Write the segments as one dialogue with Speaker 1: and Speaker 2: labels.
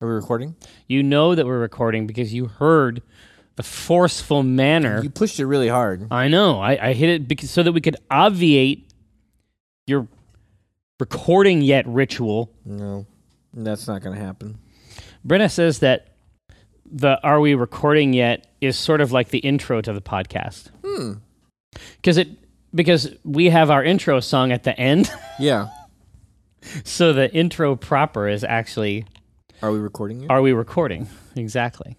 Speaker 1: Are we recording?
Speaker 2: You know that we're recording because you heard the forceful manner.
Speaker 1: You pushed it really hard.
Speaker 2: I know. I, I hit it because, so that we could obviate your recording yet ritual.
Speaker 1: No, that's not going to happen.
Speaker 2: Brenna says that the Are We Recording Yet is sort of like the intro to the podcast. Hmm. Because it. Because we have our intro song at the end,
Speaker 1: Yeah.
Speaker 2: so the intro proper is actually
Speaker 1: Are we recording it?
Speaker 2: "Are we recording?" Exactly.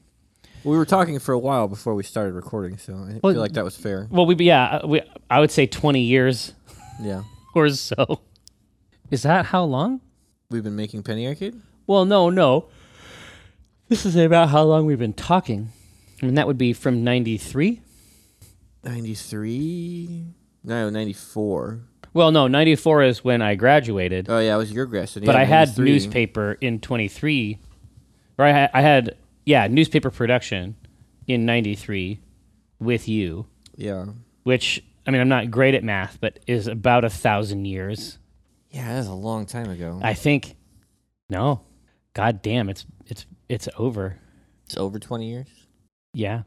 Speaker 1: we were talking for a while before we started recording, so I
Speaker 2: Well,
Speaker 1: feel like that was fair.
Speaker 2: Well, we yeah, uh, we I would say twenty years
Speaker 1: Yeah.
Speaker 2: or so. Is that how long?
Speaker 1: We've been making Penny Arcade?
Speaker 2: Well, no, no. This is about how long we've been talking. I mean, that would be from 93.
Speaker 1: 93? No, 94.
Speaker 2: Well, no, 94 is when I graduated,
Speaker 1: Oh, yeah, it was your grass.
Speaker 2: but I had newspaper in 23. Or I had, I had, yeah, newspaper production in 93 with you,
Speaker 1: Yeah.
Speaker 2: which, I mean, I'm not great at math, but is about a thousand years.
Speaker 1: Yeah, that was a long time ago.
Speaker 2: I think, no, god damn, it's, it's, it's over.
Speaker 1: It's over 20 years.
Speaker 2: Yeah.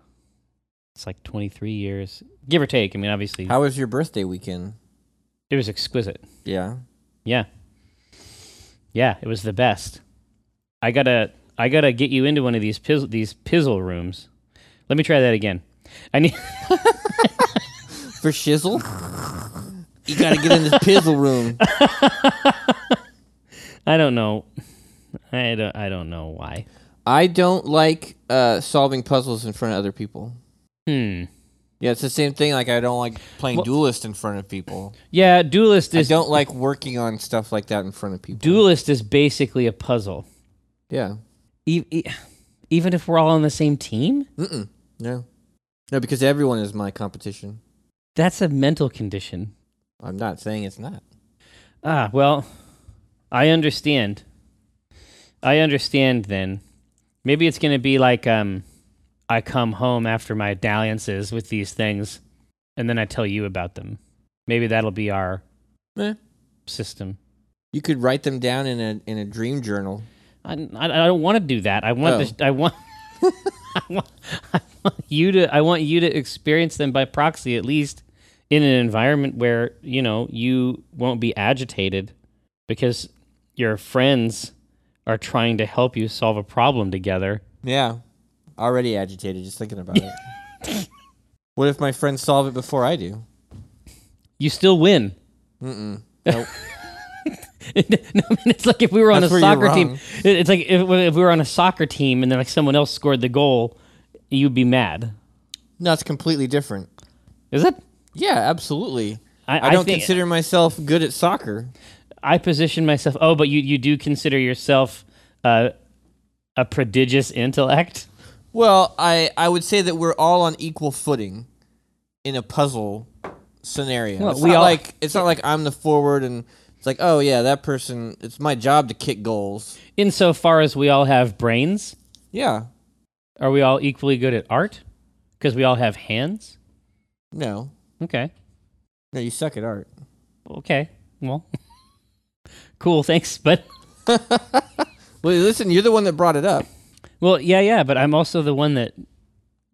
Speaker 2: It's like 23 years, give or take. I mean, obviously,
Speaker 1: How was your birthday weekend?
Speaker 2: it was exquisite.
Speaker 1: Yeah.
Speaker 2: Yeah. Yeah, it was the best. I got to I got to get you into one of these pizzle, these pizzle rooms. Let me try that again. I need
Speaker 1: For shizzle? you got to get in this pizzle room.
Speaker 2: I don't know. I don't, I don't know why.
Speaker 1: I don't like uh, solving puzzles in front of other people.
Speaker 2: Hmm.
Speaker 1: Yeah, it's the same thing. Like I don't like playing Duelist in front of people.
Speaker 2: Yeah, Duelist
Speaker 1: I
Speaker 2: is
Speaker 1: don't like working on stuff like that in front of people.
Speaker 2: Duelist is basically a puzzle.
Speaker 1: yeah,
Speaker 2: E- e- even if we're all on the same team,
Speaker 1: Mm-mm. no, no, because everyone is my competition.
Speaker 2: that's a mental condition.
Speaker 1: I'm not saying it's not.
Speaker 2: Ah, well, I understand. I understand then. Maybe it's going to be like um I come home after my dalliances with these things and then I tell you about them. Maybe that'll be our
Speaker 1: Eh.
Speaker 2: system.
Speaker 1: You could write them down in a in a dream journal.
Speaker 2: I, I, I don't want to do that. I want
Speaker 1: Oh.
Speaker 2: this, I want I want I want you to I want you to experience them by proxy at least in an environment where, you know, you won't be agitated because your friends are trying to help you solve a problem together.
Speaker 1: Yeah, already agitated just thinking about it. what if my friends solve it before I do?
Speaker 2: You still win.
Speaker 1: Mm-mm. Nope.
Speaker 2: no, I mean, it's like if we were on
Speaker 1: That's
Speaker 2: a
Speaker 1: where you're
Speaker 2: soccer team.
Speaker 1: wrong.
Speaker 2: It- It's like if, if we were on a soccer team and then like someone else scored the goal, you'd be mad.
Speaker 1: no, it's completely different.
Speaker 2: Is it?
Speaker 1: Yeah, absolutely.
Speaker 2: I-
Speaker 1: I,
Speaker 2: I
Speaker 1: don't
Speaker 2: think-
Speaker 1: consider myself good at soccer.
Speaker 2: I position myself. Oh, but you you do consider yourself uh, a prodigious intellect.
Speaker 1: Well, I, I would say that we're all on equal footing in a puzzle scenario.
Speaker 2: Well,
Speaker 1: it's
Speaker 2: we
Speaker 1: not
Speaker 2: all-
Speaker 1: like it's not like I'm the forward and it's like, oh yeah, that person it's my job to kick goals.
Speaker 2: Insofar as we all have brains,
Speaker 1: Yeah.
Speaker 2: are we all equally good at art? Because we all have hands.
Speaker 1: No.
Speaker 2: Okay.
Speaker 1: No, you suck at art.
Speaker 2: Okay. Well. cool. Thanks. But
Speaker 1: Well listen, you're the one that brought it up.
Speaker 2: well, yeah, yeah. But I'm also the one that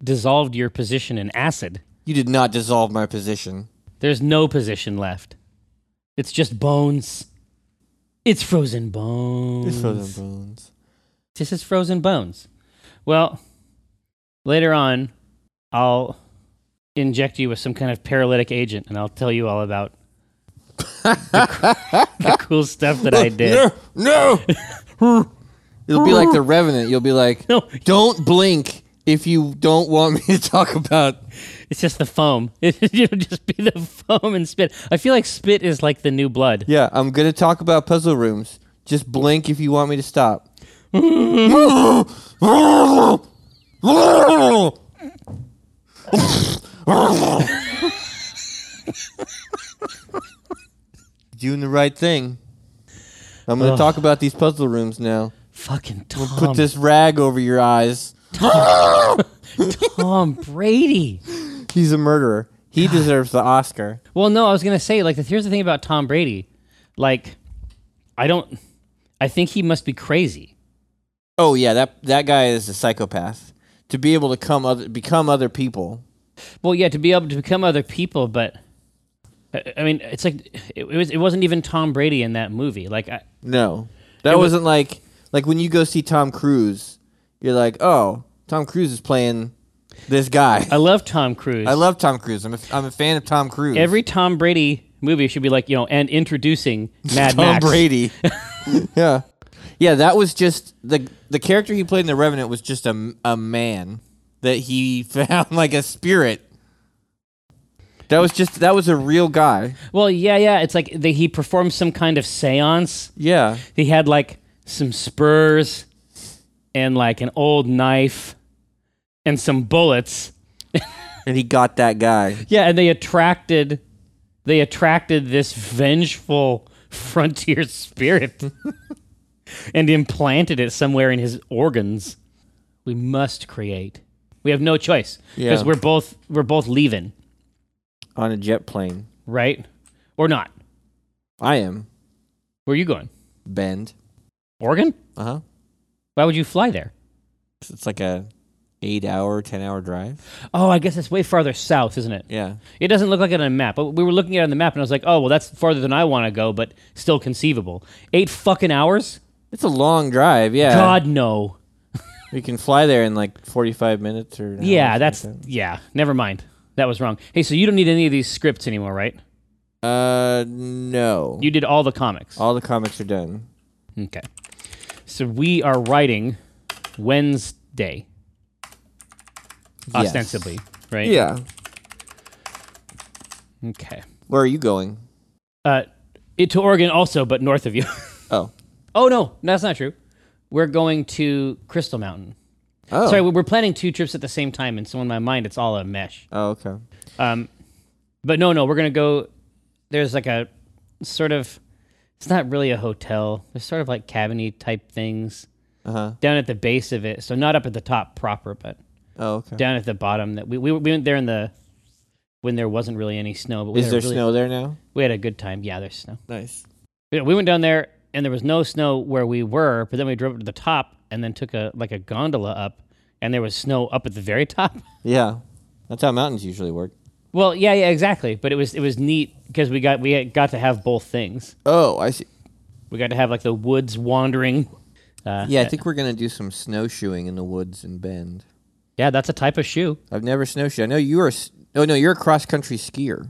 Speaker 2: dissolved your position in acid.
Speaker 1: You did not dissolve my position.
Speaker 2: There's no position left. It's just bones. It's frozen bones.
Speaker 1: Mm. bones.
Speaker 2: This is frozen bones. Well, later on, I'll inject you with some kind of paralytic agent, and I'll tell you all about the, coo- the cool stuff that I did.
Speaker 1: No, no. You'll be like the revenant. You'll be like,
Speaker 2: No.
Speaker 1: don't blink if you don't want me to talk about
Speaker 2: It's just the foam. It'll just be the foam and spit. I feel like spit is like the new blood.
Speaker 1: Yeah, I'm gonna talk about puzzle rooms. Just blink if you want me to stop. Doing the right thing. I'm gonna talk about these puzzle rooms now.
Speaker 2: Fucking Tom.
Speaker 1: Put this rag over your eyes.
Speaker 2: Tom Brady.
Speaker 1: He's a murderer. He deserves the Oscar.
Speaker 2: Well, no, I was gonna say like here's the thing about Tom Brady, like I don't, I think he must be crazy,
Speaker 1: Oh yeah, that that guy is a psychopath. To be able to come other become other people.
Speaker 2: Well, yeah, to be able to become other people, but I- I mean, it's like it, it was. It wasn't even Tom Brady in that movie. Like, I,
Speaker 1: No, that
Speaker 2: wa-
Speaker 1: wasn't like like when you go see Tom Cruise, you're like, oh, Tom Cruise is playing this guy.
Speaker 2: I love Tom Cruise.
Speaker 1: I love Tom Cruise. I'm a, I'm a fan of Tom Cruise.
Speaker 2: every Tom Brady movie should be like you know, and introducing Mad
Speaker 1: Tom
Speaker 2: Max.
Speaker 1: Brady. yeah, yeah. That was just the the character he played in The Revenant was just a a man that he found like a spirit. That was just that was a real guy.
Speaker 2: Well, yeah, yeah. It's like they, he performed some kind of séance.
Speaker 1: Yeah,
Speaker 2: He had like some spurs and like an old knife and some bullets.
Speaker 1: and he got that guy.
Speaker 2: Yeah, and they attracted they attracted this vengeful frontier spirit and implanted it somewhere in his organs. We must create. We have no choice because
Speaker 1: Yeah.
Speaker 2: we're both we're both leaving,
Speaker 1: on a jet plane.
Speaker 2: right? Or not.
Speaker 1: I am
Speaker 2: Where are you going?
Speaker 1: Bend.
Speaker 2: Oregon?
Speaker 1: Uh huh.
Speaker 2: Why would you fly there?
Speaker 1: It's like a eight hour, ten hour drive.
Speaker 2: Oh, I guess it's way farther south, isn't it?
Speaker 1: Yeah.
Speaker 2: It doesn't look like it on a map. But we were looking at it on the map, and I was like, "Oh, well, that's farther than I want to go, but still conceivable." Eight fucking hours?
Speaker 1: It's a long drive. Yeah.
Speaker 2: God no.
Speaker 1: We can fly there in like 45 minutes or. an hour or
Speaker 2: Yeah,
Speaker 1: something
Speaker 2: that's
Speaker 1: like
Speaker 2: yeah. Never mind. That was wrong. Hey, so you don't need any of these scripts anymore, right?
Speaker 1: that. Uh, no.
Speaker 2: You did all the comics.
Speaker 1: All the comics are done.
Speaker 2: Okay. So we are writing Wednesday,
Speaker 1: Yes.
Speaker 2: ostensibly, right?
Speaker 1: Yeah.
Speaker 2: Okay.
Speaker 1: Where are you going?
Speaker 2: Uh, it to Oregon also, but north of you.
Speaker 1: Oh.
Speaker 2: oh no, that's not true. We're going to Crystal Mountain.
Speaker 1: Oh.
Speaker 2: Sorry, we- we're planning two trips at the same time, and so in my mind, it's all a mesh.
Speaker 1: Oh, okay.
Speaker 2: Um, but no, no, we're gonna go. There's like a sort of. It's not really a hotel. There's sort of like cabiny type things
Speaker 1: Uh huh.
Speaker 2: down at the base of it. So not up at the top proper, but
Speaker 1: Oh, okay.
Speaker 2: down at the bottom. That we we, we went there in the when there wasn't really any snow. But we
Speaker 1: Is
Speaker 2: had a
Speaker 1: there
Speaker 2: really-
Speaker 1: snow there now?
Speaker 2: We had a good time. Yeah, there's snow.
Speaker 1: Nice.
Speaker 2: Yeah, we went down there and there was no snow where we were, but then we drove up to the top and then took a like a gondola up, and there was snow up at the very top.
Speaker 1: Yeah. That's how mountains usually work.
Speaker 2: Well, yeah, yeah, exactly. But it was it was neat because we got we had- got to have both things.
Speaker 1: Oh, I see.
Speaker 2: We got to have like the woods wandering. Uh,
Speaker 1: Yeah, I think we're going to do some snowshoeing in the woods and bend.
Speaker 2: yeah, that's a type of shoe.
Speaker 1: I've never snowshoed. I know you are. s- Oh, no, you're a cross country skier.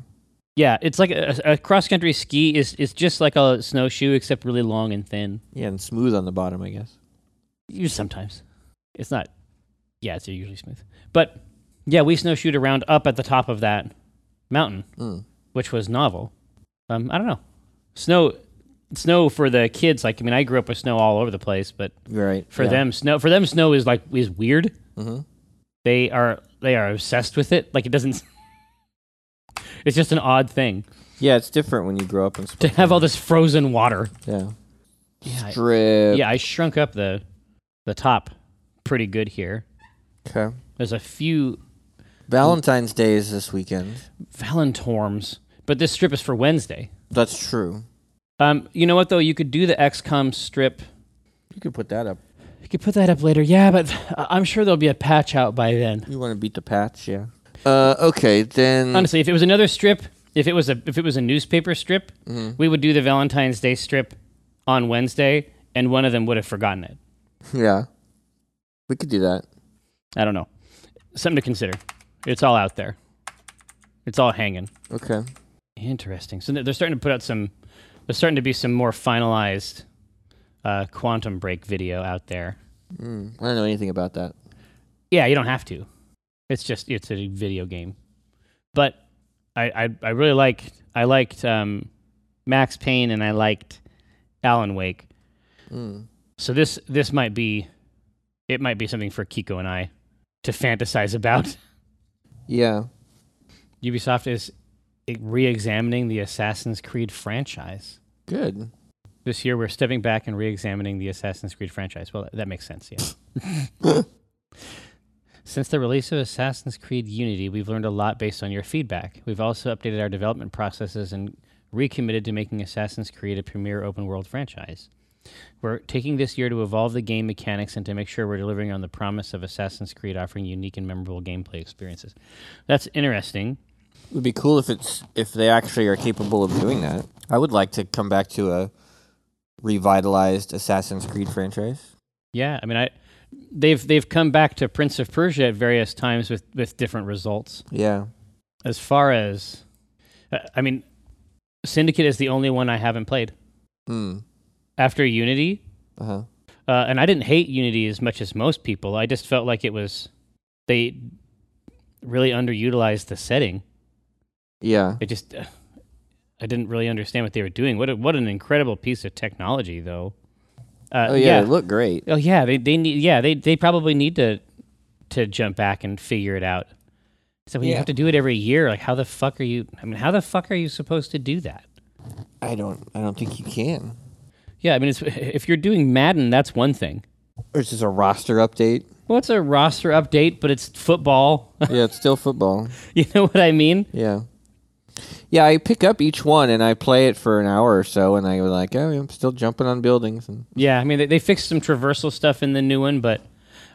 Speaker 2: Yeah, it's like a, a cross country ski is it's just like a snowshoe except really long and thin.
Speaker 1: Yeah, and smooth on the bottom, I guess.
Speaker 2: You sometimes it's not. Yeah, it's usually smooth. But yeah, we snowshoed around up at the top of that mountain,
Speaker 1: Mm.
Speaker 2: which was novel. Um, I don't know. Snow, snow for the kids. Like I mean, I grew up with snow all over the place, but
Speaker 1: Right.
Speaker 2: for them snow for them snow is like is weird
Speaker 1: hmm
Speaker 2: they are they are obsessed with it like it doesn't it's just an odd thing
Speaker 1: Yeah, it's different when you grow up in
Speaker 2: to
Speaker 1: Spokane.
Speaker 2: have all this frozen water
Speaker 1: yeah.
Speaker 2: yeah I,
Speaker 1: Strip.
Speaker 2: yeah I shrunk up the the top pretty good here
Speaker 1: Okay.
Speaker 2: there's a few
Speaker 1: Valentine's Day is this weekend.
Speaker 2: valentorms but this strip is for wednesday
Speaker 1: That's true.
Speaker 2: um you know what though you could do the xcom strip
Speaker 1: You could put that up.
Speaker 2: you could put that up later yeah but I- i'm sure there'll be a patch out by then
Speaker 1: You want to beat the patch, yeah. Uh, okay, then.
Speaker 2: Honestly, if it was another strip, if it was a if it was a newspaper strip, we would do the Valentine's Day strip on Wednesday, and one of them would have forgotten it.
Speaker 1: Yeah. We could do that.
Speaker 2: I don't know. Something to consider. It's all out there. It's all hanging.
Speaker 1: Okay.
Speaker 2: Interesting. So they're they're starting to put out some. There's starting to be some more finalized uh, quantum break video out there.
Speaker 1: Mm, I don't know anything about that.
Speaker 2: Yeah, you don't have to. It's just it's a video game. But I I, I really liked I liked um, Max Payne and I liked Alan Wake.
Speaker 1: Mm.
Speaker 2: So this this might be it might be something for Kiko and I to fantasize about.
Speaker 1: Yeah.
Speaker 2: Ubisoft is re-examining the Assassin's Creed franchise.
Speaker 1: Good.
Speaker 2: This year we're stepping back and re-examining the Assassin's Creed franchise. Well, that makes sense, yeah. Since the release of Assassin's Creed Unity, we've learned a lot based on your feedback. We've also updated our development processes and recommitted to making Assassin's Creed a premier open world franchise. We're taking this year to evolve the game mechanics and to make sure we're delivering on the promise of Assassin's Creed, offering unique and memorable gameplay experiences. That's interesting.
Speaker 1: It would be cool if it's if they actually are capable of doing that. I would like to come back to a revitalized Assassin's Creed franchise.
Speaker 2: Yeah, I mean, I they've they've come back to Prince of Persia at various times with with different results.
Speaker 1: Yeah.
Speaker 2: As far as, uh, I mean, Syndicate is the only one I haven't played
Speaker 1: Mm.
Speaker 2: after Unity,
Speaker 1: Uh huh.
Speaker 2: uh, and I didn't hate Unity as much as most people. I just felt like it was they really underutilized the setting.
Speaker 1: Yeah.
Speaker 2: I just uh, I didn't really understand what they were doing. What a, what an incredible piece of technology, though. Uh,
Speaker 1: Oh yeah, it looked great.
Speaker 2: Oh yeah, they they need yeah they they probably need to to jump back and figure it out. So when you
Speaker 1: Yeah.
Speaker 2: have to do it every year, like how the fuck are you? I mean, how the fuck are you supposed to do that?
Speaker 1: I don't. I don't think you can.
Speaker 2: Yeah, I mean, it's, if you're doing Madden, that's one thing.
Speaker 1: Or it's just a roster update.
Speaker 2: Well, it's a roster update, but it's football.
Speaker 1: yeah, it's still football.
Speaker 2: you know what I mean?
Speaker 1: Yeah. Yeah, I pick up each one and I play it for an hour or so, and I was like, oh, I'm still jumping on buildings. And
Speaker 2: Yeah, I mean, they, they fixed some traversal stuff in the new one, but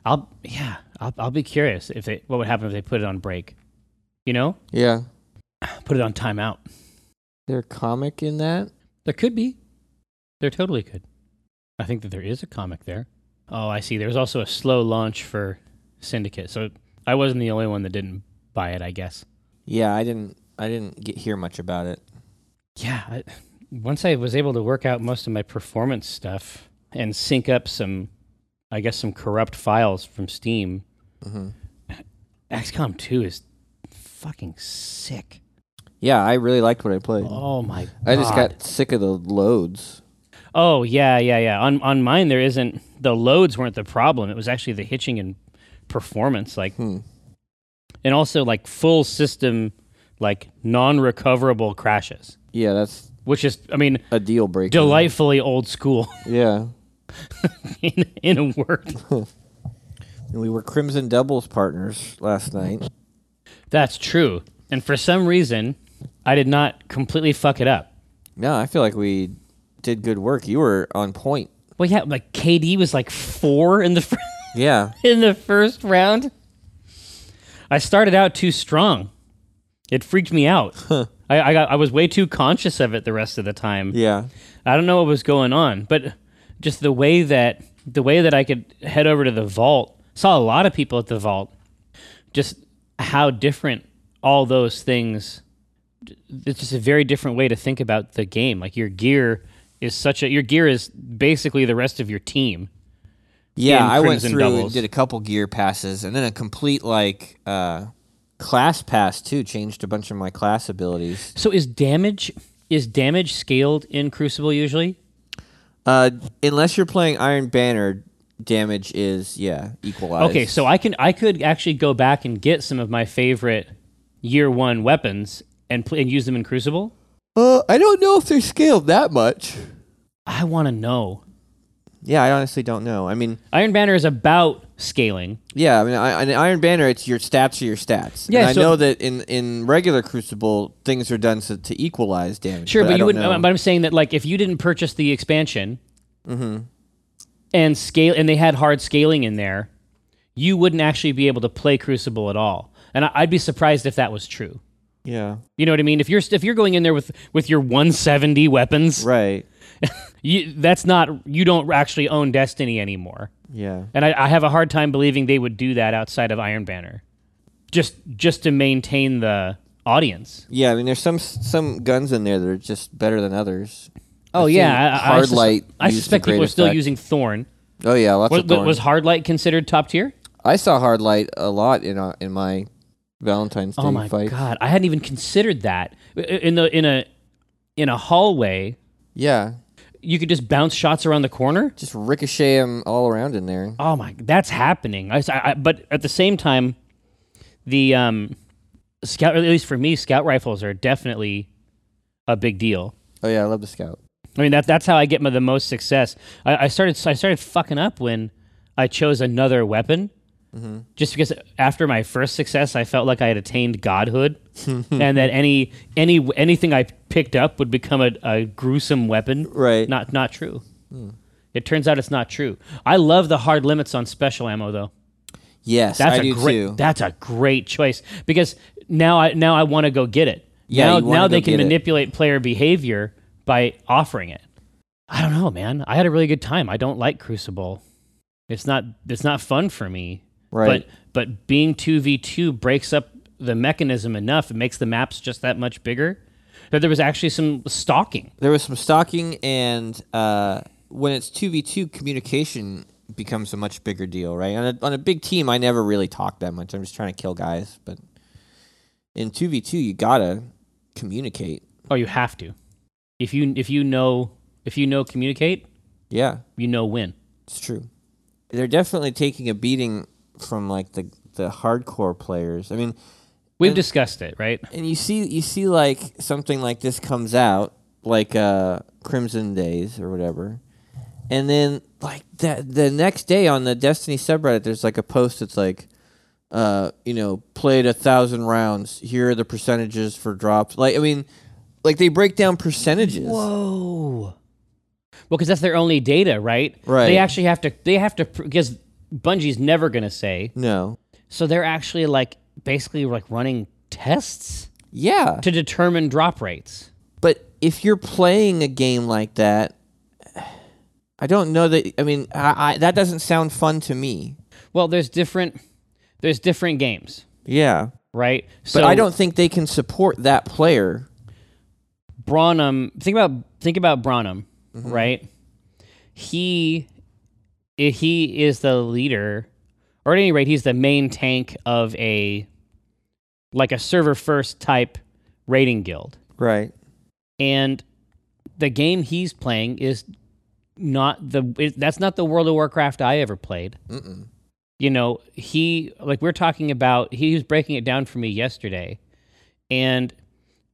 Speaker 2: I'll yeah, I'll, I'll be curious if they what would happen if they put it on break. You know,
Speaker 1: yeah,
Speaker 2: put it on timeout.
Speaker 1: there comic in that.
Speaker 2: There could be. There totally could. I think that there is a comic there. Oh, I see. There was also a slow launch for Syndicate, so I wasn't the only one that didn't buy it. I guess.
Speaker 1: Yeah, I didn't. I didn't get hear much about it.
Speaker 2: Yeah. I, once I was able to work out most of my performance stuff and sync up some, I guess some corrupt files from Steam.
Speaker 1: Mm-hmm.
Speaker 2: XCOM 2 is fucking sick.
Speaker 1: Yeah, I really liked what I played.
Speaker 2: Oh my god.
Speaker 1: Mm. I just got sick of the loads.
Speaker 2: Oh yeah, yeah, yeah. On on mine there isn't the loads weren't the problem. It was actually the hitching and performance like and also like full system like non-recoverable crashes,
Speaker 1: Yeah, that's
Speaker 2: which is I mean
Speaker 1: a deal breaker.
Speaker 2: delightfully old school
Speaker 1: Yeah,
Speaker 2: in, in a word.
Speaker 1: and we were Crimson Doubles partners last night.
Speaker 2: That's true. And for some reason, I did not completely fuck it up.
Speaker 1: No, I feel like we did good work. You were on point.
Speaker 2: Well, yeah, like KD was like 4 in the fir-
Speaker 1: Yeah,
Speaker 2: in the first round. I started out too strong. It freaked me out. I, I got I was way too conscious of it the rest of the time.
Speaker 1: yeah,
Speaker 2: I don't know what was going on, but just the way that the way that I could head over to the vault, saw a lot of people at the vault. Just how different all those things it's just a very different way to think about the game. Like your gear is such a your gear is basically the rest of your team.
Speaker 1: yeah.
Speaker 2: In
Speaker 1: I went
Speaker 2: Crimson
Speaker 1: through and
Speaker 2: Doubles.
Speaker 1: did a couple gear passes, and then a complete like uh, class pass too. Changed a bunch of my class abilities.
Speaker 2: So is damage is damage scaled in Crucible usually?
Speaker 1: Uh, unless you're playing Iron Banner, damage is yeah equalized.
Speaker 2: Okay, so I can I could actually go back and get some of my favorite year one weapons and pl- and use them in Crucible.
Speaker 1: uh, I don't know if they're scaled that much.
Speaker 2: I want to know.
Speaker 1: Yeah, I honestly don't know. I mean,
Speaker 2: Iron Banner is about scaling.
Speaker 1: Yeah, I mean, I, in Iron Banner, it's your stats are your stats.
Speaker 2: Yeah,
Speaker 1: and I
Speaker 2: so-
Speaker 1: know that in, in regular Crucible, things are done so, to equalize damage.
Speaker 2: Sure, but,
Speaker 1: I
Speaker 2: you
Speaker 1: don't
Speaker 2: wouldn't.
Speaker 1: know.
Speaker 2: But I'm saying that like if you didn't purchase the expansion,
Speaker 1: Mm-hmm.
Speaker 2: and scale, and they had hard scaling in there, you wouldn't actually be able to play Crucible at all. And I, I'd be surprised if that was true.
Speaker 1: yeah,
Speaker 2: You know what I mean? If you're if you're going in there with with your 170 weapons,
Speaker 1: right.
Speaker 2: you, that's not you don't actually own Destiny anymore.
Speaker 1: Yeah,
Speaker 2: And I, I have a hard time believing they would do that outside of Iron Banner, just just to maintain the audience.
Speaker 1: yeah. I mean, there's some some guns in there that are just better than others.
Speaker 2: Oh
Speaker 1: I've
Speaker 2: yeah,
Speaker 1: seen
Speaker 2: I- I,
Speaker 1: hard
Speaker 2: sus-
Speaker 1: light.
Speaker 2: I
Speaker 1: used to
Speaker 2: suspect people
Speaker 1: great
Speaker 2: are still
Speaker 1: effect.
Speaker 2: using Thorn.
Speaker 1: Oh yeah, lots
Speaker 2: Was,
Speaker 1: of thorn.
Speaker 2: was hard light considered top tier?
Speaker 1: I saw hard light a lot in uh, in my Valentine's Day
Speaker 2: Oh my
Speaker 1: fight.
Speaker 2: god, I hadn't even considered that I- in the in a in a hallway.
Speaker 1: Yeah,
Speaker 2: You could just bounce shots around the corner.
Speaker 1: just ricochet them all around in there.
Speaker 2: Oh my, that's happening. I, s- I- I- but at the same time, the um, scout, at least for me, scout rifles are definitely a big deal.
Speaker 1: Oh yeah, I love the scout.
Speaker 2: I mean, that that's how I get my, the most success. I, I started I started fucking up when I chose another weapon, just because after my first success, I felt like I had attained godhood, and that any any anything I picked up would become a, a gruesome weapon.
Speaker 1: Right.
Speaker 2: Not not true. It turns out it's not true. I love the hard limits on special ammo though.
Speaker 1: Yes,
Speaker 2: That's
Speaker 1: I
Speaker 2: a
Speaker 1: do
Speaker 2: great.
Speaker 1: too.
Speaker 2: That's a great choice because now I now I want to go get it.
Speaker 1: Yeah,
Speaker 2: now
Speaker 1: you wanna
Speaker 2: now
Speaker 1: go
Speaker 2: they can
Speaker 1: get it.
Speaker 2: manipulate player behavior by offering it. I don't know, man. I had a really good time. I don't like Crucible. It's not it's not fun for me.
Speaker 1: Right.
Speaker 2: But but being two v two breaks up the mechanism enough. It makes the maps just that much bigger. That there was actually some stalking.
Speaker 1: there was some stalking, and uh, when it's two v two, communication becomes a much bigger deal, right? On a, on a big team, I never really talk that much. I'm just trying to kill guys, but in two v two, you gotta communicate.
Speaker 2: Oh, you have to. If you if you know if you know communicate,
Speaker 1: Yeah,
Speaker 2: you know when.
Speaker 1: it's true. They're definitely taking a beating from like the the hardcore players. I mean,
Speaker 2: We've discussed it, right?
Speaker 1: and you see you see like something like this comes out like uh crimson days or whatever and then like that the next day on the destiny subreddit there's like a post that's like uh you know played a thousand rounds here are the percentages for drops like i mean like they break down percentages
Speaker 2: Whoa. Well, because that's their only data, right?
Speaker 1: Oh. Right.
Speaker 2: They actually have to. They have to because Bungie's never going to say.
Speaker 1: no
Speaker 2: So they're actually like basically like running tests
Speaker 1: yeah
Speaker 2: to determine drop rates.
Speaker 1: but if you're playing a game like that i don't know that i mean I, I, that doesn't sound fun to me
Speaker 2: Well, there's different. There's different games,
Speaker 1: yeah
Speaker 2: right?
Speaker 1: But
Speaker 2: So
Speaker 1: I don't think they can support that player.
Speaker 2: Bronum. Think about think about Bronum, right? He he is the leader, or at any rate, he's the main tank of a like a server first type raiding guild,
Speaker 1: Right.
Speaker 2: and the game he's playing is not the it, that's not the World of Warcraft I ever played.
Speaker 1: Mm-mm.
Speaker 2: You know, he like we're talking about. He was breaking it down for me yesterday, and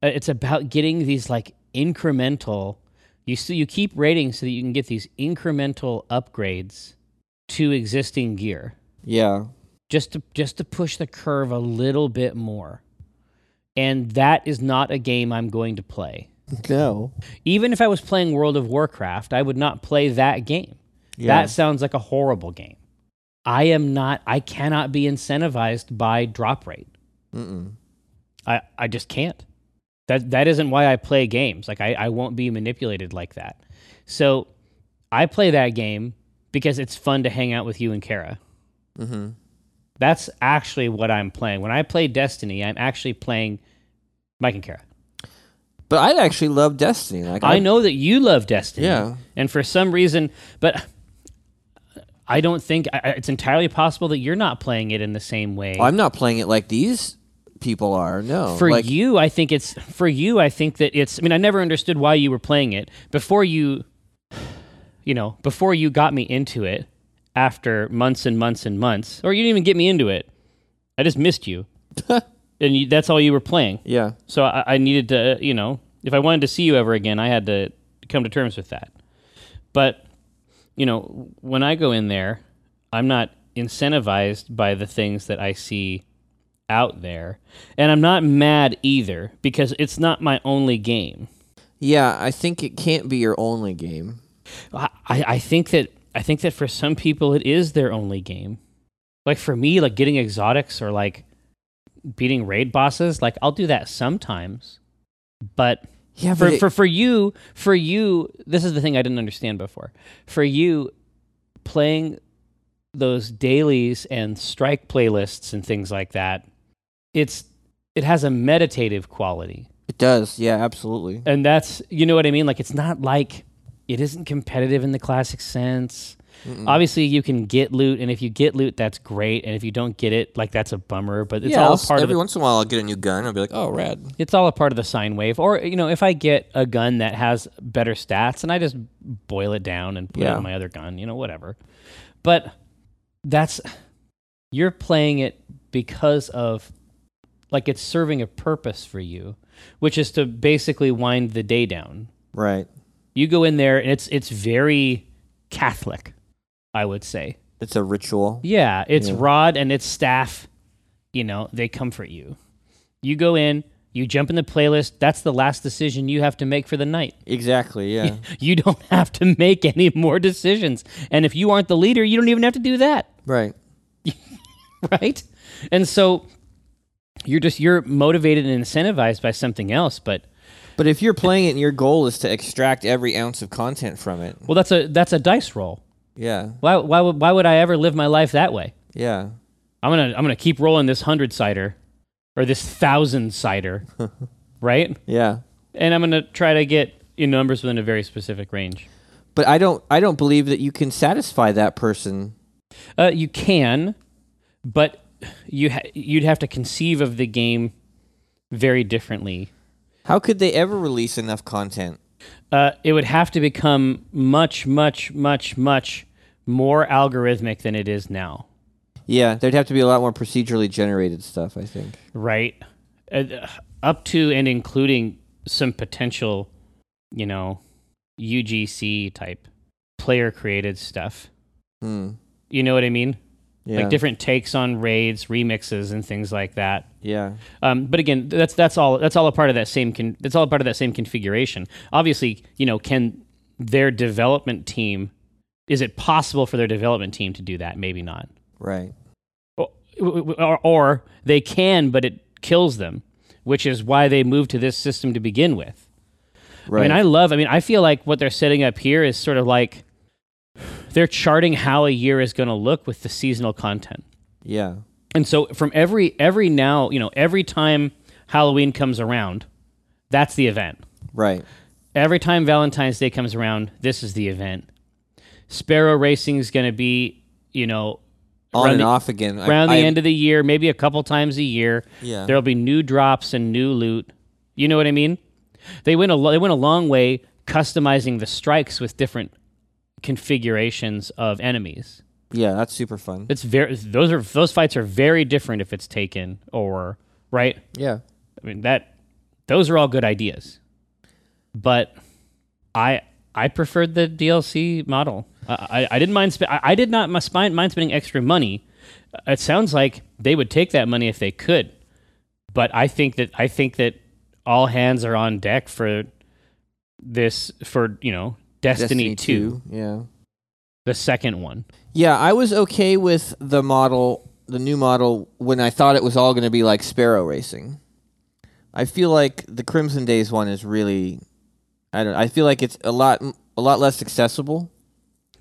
Speaker 2: uh, it's about getting these like incremental. You see, you keep rating so that you can get these incremental upgrades to existing gear
Speaker 1: Yeah.
Speaker 2: just to just to push the curve a little bit more. And that is not a game I'm going to play.
Speaker 1: No.
Speaker 2: Even if I was playing World of Warcraft, I would not play that game.
Speaker 1: Yeah.
Speaker 2: That sounds like a horrible game. I am not I cannot be incentivized by drop rate.
Speaker 1: Mm-mm.
Speaker 2: I, I just can't. That that isn't why I play games. Like I, I won't be manipulated like that. So I play that game because it's fun to hang out with you and Kara.
Speaker 1: Mm-hmm.
Speaker 2: That's actually what I'm playing. When I play Destiny, I'm actually playing Mike and Kara.
Speaker 1: But I'd actually love Destiny. Like
Speaker 2: I know that you love Destiny.
Speaker 1: Yeah.
Speaker 2: And for some reason, but I don't think I- I- it's entirely possible that you're not playing it in the same way.
Speaker 1: I'm not playing it like these people are. No.
Speaker 2: for
Speaker 1: like,
Speaker 2: you, I think it's for you. I think that it's. I mean, I never understood why you were playing it before you, you know, before you got me into it. After months and months and months, or you didn't even get me into it. I just missed you, and you, that's all you were playing.
Speaker 1: Yeah.
Speaker 2: So I, I needed to, you know, if I wanted to see you ever again, I had to come to terms with that. But, you know, when I go in there, I'm not incentivized by the things that I see out there. And I'm not mad either because it's not my only game.
Speaker 1: Yeah. I think it can't be your only game.
Speaker 2: I, I I think that I think that for some people it is their only game. Like for me, like getting exotics or like beating raid bosses, like I'll do that sometimes. But
Speaker 1: Yeah.
Speaker 2: for,
Speaker 1: But it-
Speaker 2: for for you for you this is the thing i didn't understand before for you playing those dailies and strike playlists and things like that it's it has a meditative quality
Speaker 1: it does. Yeah. Absolutely.
Speaker 2: and that's you know what i mean like it's not like it isn't competitive in the classic sense obviously you can get loot and if you get loot that's great and if you don't get it like that's a bummer but it's
Speaker 1: yeah.
Speaker 2: all
Speaker 1: I'll
Speaker 2: a
Speaker 1: s-
Speaker 2: part of
Speaker 1: every
Speaker 2: the
Speaker 1: once in a while, I'll get a new gun. I'll be like, oh, rad.
Speaker 2: it's all a part of the sine wave. Or you know, if I get a gun that has better stats, and I just boil it down and put it
Speaker 1: Yeah.
Speaker 2: on my other gun, you know, whatever. But that's you're playing it because of like it's serving a purpose for you, which is to basically wind the day down.
Speaker 1: Right.
Speaker 2: You go in there, and it's it's very Catholic, I would say.
Speaker 1: It's a ritual.
Speaker 2: Yeah, it's
Speaker 1: Yeah.
Speaker 2: Rod and its staff. You know, they comfort you. You go in, You jump in the playlist. That's the last decision you have to make for the night.
Speaker 1: Exactly. Yeah.
Speaker 2: You don't have to make any more decisions. And if you aren't the leader, you don't even have to do that,
Speaker 1: right.
Speaker 2: right? And so you're just you're motivated and incentivized by something else, but
Speaker 1: But if you're playing it and your goal is to extract every ounce of content from it,
Speaker 2: well that's a that's a dice roll.
Speaker 1: yeah,
Speaker 2: Why why would why would I ever live my life that way?
Speaker 1: yeah,
Speaker 2: I'm gonna I'm gonna keep rolling this hundred cider or this thousand cider, right?
Speaker 1: yeah.
Speaker 2: And I'm gonna try to get in numbers within a very specific range.
Speaker 1: But I don't, I don't believe that you can satisfy that person.
Speaker 2: Uh, you can, but you ha- you'd have to conceive of the game very differently.
Speaker 1: How could they ever release enough content?
Speaker 2: Uh, it would have to become much, much, much, much more algorithmic than it is now,
Speaker 1: Yeah, there'd have to be a lot more procedurally generated stuff. I think.
Speaker 2: right? Uh, up to and including some potential, you know, UGC type player created stuff.
Speaker 1: Hmm.
Speaker 2: You know what I mean?
Speaker 1: Yeah.
Speaker 2: Like different takes on raids, remixes, and things like that.
Speaker 1: yeah.
Speaker 2: Um, but again, that's that's all that's all a part of that same con- that's all a part of that same configuration. Obviously, you know, can their development team is it possible for their development team to do that? Maybe not.
Speaker 1: Right.
Speaker 2: Or, or, or they can, but it kills them, which is why they moved to this system to begin with.
Speaker 1: Right.
Speaker 2: I mean, I love. I mean, I feel like what they're setting up here is sort of like they're charting how a year is going to look with the seasonal content.
Speaker 1: yeah.
Speaker 2: And so from every every now, you know, every time Halloween comes around, that's the event.
Speaker 1: Right.
Speaker 2: Every time Valentine's Day comes around, this is the event. Sparrow Racing is going to be, you know,
Speaker 1: On
Speaker 2: around
Speaker 1: and
Speaker 2: the,
Speaker 1: off again. I-
Speaker 2: around
Speaker 1: I-
Speaker 2: the end of the year, maybe a couple times a year.
Speaker 1: Yeah.
Speaker 2: There'll be new drops and new loot. You know what I mean? They went a lo- they went a long way customizing the strikes with different configurations of enemies.
Speaker 1: Yeah, that's super fun.
Speaker 2: It's very those are those fights are very different if it's taken or right.
Speaker 1: Yeah.
Speaker 2: I mean that those are all good ideas, but I I preferred the DLC model. I I, I didn't mind sp- I, I did not must mind, mind spending extra money. It sounds like they would take that money if they could, but I think that I think that all hands are on deck for this for you know Destiny, two,
Speaker 1: Yeah.
Speaker 2: the second one.
Speaker 1: Yeah, I was okay with the model, the new model, when I thought it was all going to be like Sparrow Racing. I feel like the Crimson Days one is really, I don't. I feel like it's a lot, a lot less accessible.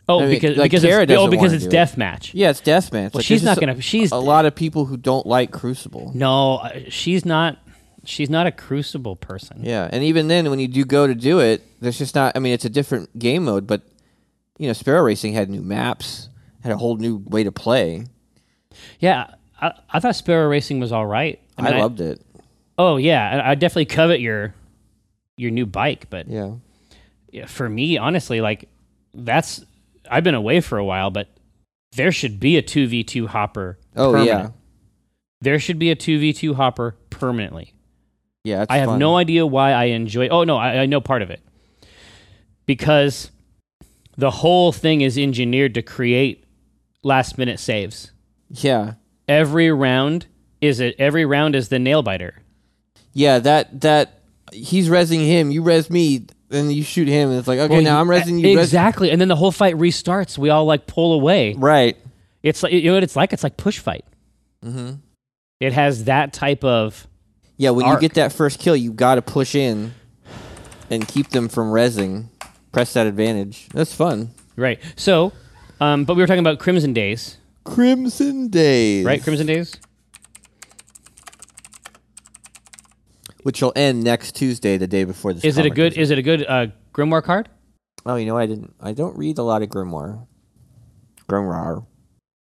Speaker 2: Oh,
Speaker 1: I mean,
Speaker 2: because
Speaker 1: like,
Speaker 2: because
Speaker 1: Kara
Speaker 2: it's, oh
Speaker 1: doesn't
Speaker 2: because
Speaker 1: wanna
Speaker 2: it's
Speaker 1: do it.
Speaker 2: deathmatch.
Speaker 1: Yeah, it's deathmatch.
Speaker 2: Well, she's not gonna. She's
Speaker 1: A lot of people who don't like Crucible.
Speaker 2: no. uh, She's not. She's not a crucible person.
Speaker 1: Yeah, and even then, when you do go to do it, there's just not. I mean, it's a different game mode, but you know, Sparrow Racing had new maps, had a whole new way to play.
Speaker 2: Yeah, I, I thought Sparrow Racing was all right.
Speaker 1: I,
Speaker 2: mean,
Speaker 1: loved it.
Speaker 2: Oh yeah, I, I definitely covet your your new bike, but
Speaker 1: Yeah,
Speaker 2: yeah, for me, honestly, like that's I've been away for a while, but there should be a two v two hopper.
Speaker 1: Oh, yeah.
Speaker 2: permanent. there should be a two v two hopper permanently.
Speaker 1: yeah. It's
Speaker 2: I have
Speaker 1: fun.
Speaker 2: no idea why I enjoy. Oh no, I, I know part of it because the whole thing is engineered to create last minute saves.
Speaker 1: Yeah,
Speaker 2: Every round is it. Every round is the nail biter.
Speaker 1: yeah. That that he's resing him. You res me, and you shoot him, and it's like okay, now I'm resing you. res-
Speaker 2: e- exactly, and then the whole fight restarts. We all like pull away.
Speaker 1: right.
Speaker 2: It's like you know what it's like. It's like push fight.
Speaker 1: Mm-hmm.
Speaker 2: It has that type of
Speaker 1: Yeah, when
Speaker 2: Arc.
Speaker 1: you get that first kill, you got to push in and keep them from resing. Press that advantage. That's fun.
Speaker 2: right. So, um, but we were talking about Crimson Days,
Speaker 1: Crimson Days.
Speaker 2: right? Crimson Days.
Speaker 1: Which will end next Tuesday, the day before this.
Speaker 2: Is it a
Speaker 1: comic
Speaker 2: good? Is it a good uh, grimoire card?
Speaker 1: Oh, you know, I didn't. I don't read a lot of grimoire. Grimoire.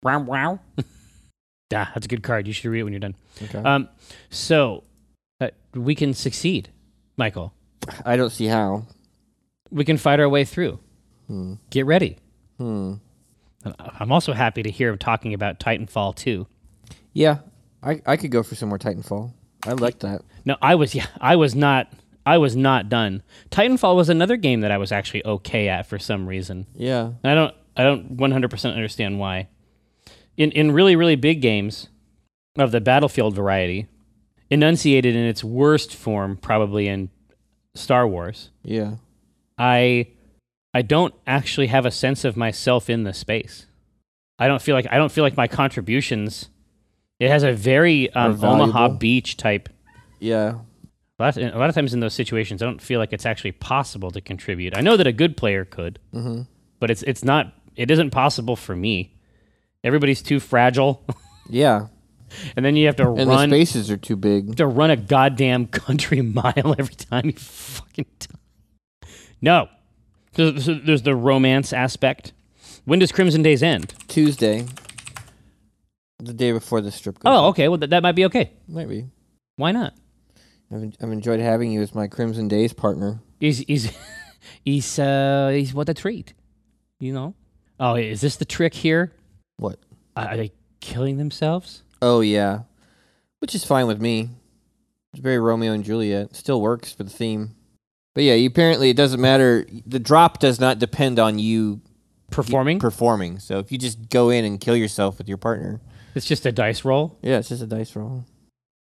Speaker 2: Wow, wow. Nah, that's a good card. You should read it when you're done.
Speaker 1: Okay.
Speaker 2: Um, so uh, we can succeed, Michael.
Speaker 1: I don't see how.
Speaker 2: We can fight our way through. Get ready.
Speaker 1: Hmm.
Speaker 2: And I- I'm also happy to hear him talking about Titanfall 2.
Speaker 1: Yeah, I I could go for some more Titanfall. I like that.
Speaker 2: No, I was yeah, I was not I was not done. Titanfall was another game that I was actually okay at for some reason.
Speaker 1: Yeah.
Speaker 2: And I don't I don't 100% understand why. In in really really big games of the Battlefield variety, enunciated in its worst form, probably in Star Wars.
Speaker 1: Yeah.
Speaker 2: I I don't actually have a sense of myself in the space. I don't feel like I don't feel like my contributions. It has a very um,
Speaker 1: valuable.
Speaker 2: Omaha Beach type.
Speaker 1: Yeah.
Speaker 2: A lot, a lot of times in those situations, I don't feel like it's actually possible to contribute. I know that a good player could,
Speaker 1: Mm-hmm.
Speaker 2: but it's it's not. It isn't possible for me. Everybody's too fragile,
Speaker 1: Yeah.
Speaker 2: and then you have to
Speaker 1: And
Speaker 2: run
Speaker 1: the spaces are too big.
Speaker 2: to run a goddamn country mile every time you fucking die. No. So, so there's the romance aspect. When does Crimson Days end?
Speaker 1: Tuesday. The day before the strip. goes
Speaker 2: Oh,
Speaker 1: up.
Speaker 2: okay. Well, that, that might be okay.
Speaker 1: might be.
Speaker 2: Why not?
Speaker 1: I've, en- I've enjoyed having you as my Crimson Days partner.
Speaker 2: Is is is uh is what a treat, you know? Oh, is this the trick here?
Speaker 1: What?
Speaker 2: Are are they killing themselves?
Speaker 1: Oh yeah, which is fine with me. It's very Romeo and Juliet. Still works for the theme. But yeah, you, apparently it doesn't matter. The drop does not depend on you
Speaker 2: Performing?
Speaker 1: performing. So if you just go in and kill yourself with your partner,
Speaker 2: it's just a dice roll.
Speaker 1: yeah, it's just a dice roll.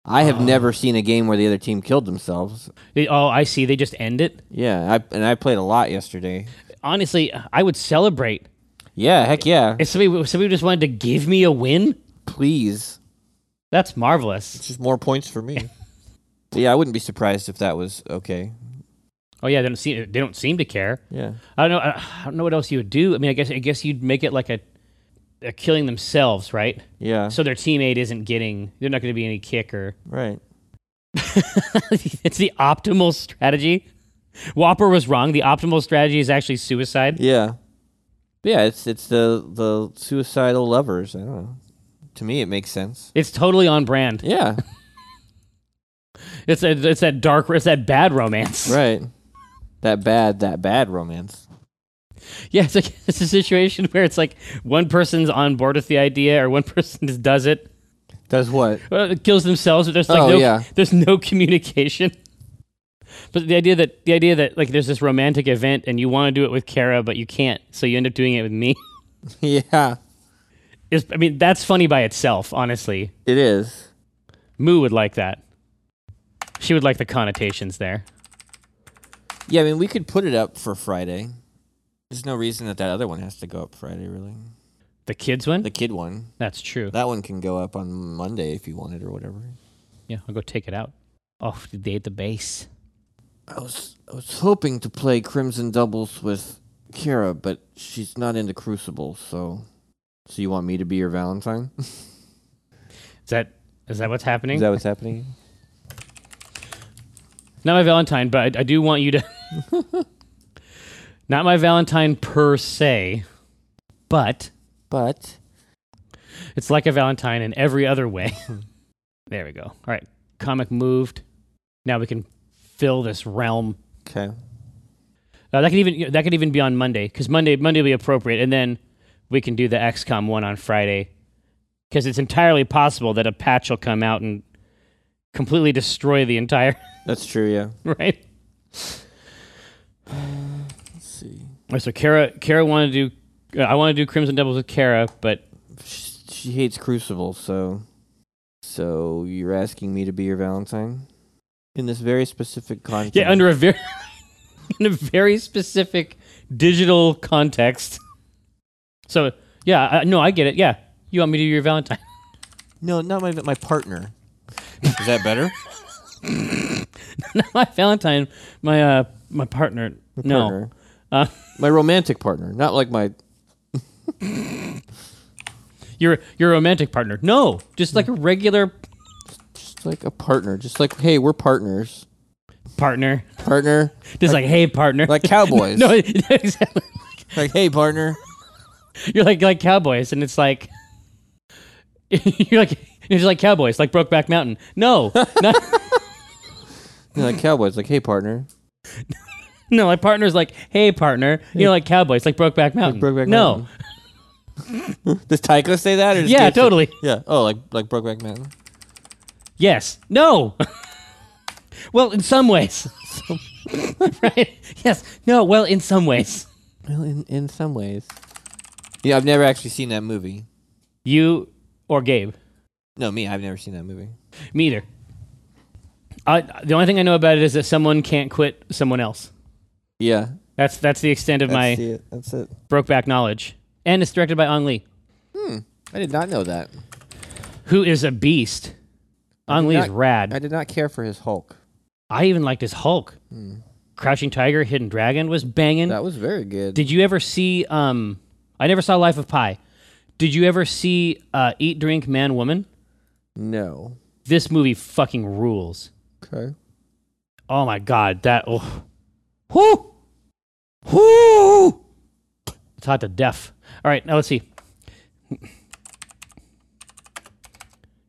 Speaker 1: I
Speaker 2: Ah.
Speaker 1: have never seen a game where the other team killed themselves.
Speaker 2: They- oh, I see. They just end it.
Speaker 1: Yeah, I, and I played a lot yesterday.
Speaker 2: Honestly, I would celebrate
Speaker 1: Yeah, heck yeah.
Speaker 2: if somebody somebody just wanted to give me a win.
Speaker 1: Please,
Speaker 2: That's marvelous.
Speaker 1: it's just more points for me. yeah, I wouldn't be surprised if that was okay.
Speaker 2: Oh yeah, they don't seem they don't seem to care.
Speaker 1: Yeah.
Speaker 2: I don't know. I I don't know what else you would do. I mean, I guess I guess you'd make it like a, a killing themselves, right?
Speaker 1: Yeah.
Speaker 2: So their teammate isn't getting. They're not going to be any kicker.
Speaker 1: right.
Speaker 2: it's the optimal strategy. Whopper was wrong. The optimal strategy is actually suicide.
Speaker 1: Yeah. Yeah, it's it's the the suicidal lovers. I don't know. To me, it makes sense.
Speaker 2: It's totally on brand.
Speaker 1: Yeah,
Speaker 2: It's that it's that dark. It's that bad romance.
Speaker 1: right. That bad, that bad romance.
Speaker 2: Yeah, it's like it's a situation where it's like one person's on board with the idea, or one person just does it,
Speaker 1: Does what?
Speaker 2: Well, it kills themselves. But there's like
Speaker 1: Oh,
Speaker 2: no,
Speaker 1: yeah.
Speaker 2: there's no communication. But the idea that the idea that like there's this romantic event and you want to do it with Kara but you can't, so you end up doing it with me.
Speaker 1: yeah,
Speaker 2: Is I mean that's funny by itself, honestly.
Speaker 1: it is.
Speaker 2: Moo would like that. She would like the connotations there.
Speaker 1: Yeah, I mean, we could put it up for Friday. There's no reason that that other one has to go up Friday, really.
Speaker 2: The kids one.
Speaker 1: The kid one,
Speaker 2: that's true.
Speaker 1: that one can go up on Monday if you wanted or whatever.
Speaker 2: yeah, I'll go take it out. Oh, they hate the bass.
Speaker 1: I was I was hoping to play Crimson Doubles with Kira, but she's not into Crucible, so. So you want me to be your Valentine?
Speaker 2: Is that is that what's happening?
Speaker 1: Is that what's happening?
Speaker 2: Not my Valentine, but I, I do want you to. Not my Valentine per se, but
Speaker 1: But
Speaker 2: it's like a Valentine in every other way. there we go. All right. Comic moved. Now we can fill this realm.
Speaker 1: okay,
Speaker 2: Uh, that could even that could even be on Monday because Monday Monday will be appropriate, and then we can do the XCOM one on Friday because it's entirely possible that a patch will come out and completely destroy the entire
Speaker 1: that's true. Yeah.
Speaker 2: right.
Speaker 1: Let's see.
Speaker 2: All right, so Kara, Kara wanted to do. Uh, I want to do Crimson Devils with Kara, but
Speaker 1: She, she hates Crucible, so so you're asking me to be your Valentine in this very specific context.
Speaker 2: yeah, under a very in a very specific digital context. So yeah, I, no, I get it. Yeah, you want me to do your Valentine?
Speaker 1: no, not my my partner. Is that better?
Speaker 2: Not my Valentine, my uh, my partner. no,
Speaker 1: Partner.
Speaker 2: Uh,
Speaker 1: my romantic partner, not like my
Speaker 2: your your romantic partner. No, just like a regular
Speaker 1: just like a partner, just like hey, we're partners,
Speaker 2: partner.
Speaker 1: partner,
Speaker 2: Just like, hey, partner.
Speaker 1: like cowboys,
Speaker 2: no, exactly.
Speaker 1: like hey, partner.
Speaker 2: You're like like cowboys, and it's like you're like it's like cowboys, like Brokeback Mountain. No, not,
Speaker 1: No, like cowboys, like hey, partner.
Speaker 2: no, like partners, like hey partner. You know, like cowboys, like Brokeback Mountain.
Speaker 1: Brokeback
Speaker 2: no,
Speaker 1: Mountain. Does Tycho say that? Or does
Speaker 2: yeah,
Speaker 1: Gabe say-
Speaker 2: totally.
Speaker 1: Yeah. Oh, like like Brokeback Mountain.
Speaker 2: Yes, no. well, in some ways, right? Yes, no. Well, in some ways,
Speaker 1: Well, in in some ways. Yeah, I've never actually seen that movie.
Speaker 2: you or Gabe,
Speaker 1: No, me, I've never seen that movie.
Speaker 2: me either. I, the only thing I know about it is that someone can't quit someone else.
Speaker 1: Yeah.
Speaker 2: That's that's the extent of
Speaker 1: I
Speaker 2: my
Speaker 1: see it. That's it.
Speaker 2: Brokeback knowledge. And it's directed by Ang Lee,
Speaker 1: I did not know that.
Speaker 2: who is a beast. Ang
Speaker 1: did
Speaker 2: Lee is
Speaker 1: not-
Speaker 2: rad.
Speaker 1: I did not care for his Hulk.
Speaker 2: I even liked his Hulk.
Speaker 1: Hmm.
Speaker 2: Crouching Tiger, Hidden Dragon was banging.
Speaker 1: That was very good.
Speaker 2: Did you ever see? Um, I never saw Life of Pi. Did you ever see uh, Eat, Drink, Man, Woman?
Speaker 1: no.
Speaker 2: This movie fucking rules.
Speaker 1: Okay.
Speaker 2: Oh my god, that oh, whoo, whoo, it's hot to deaf. All right, now let's see.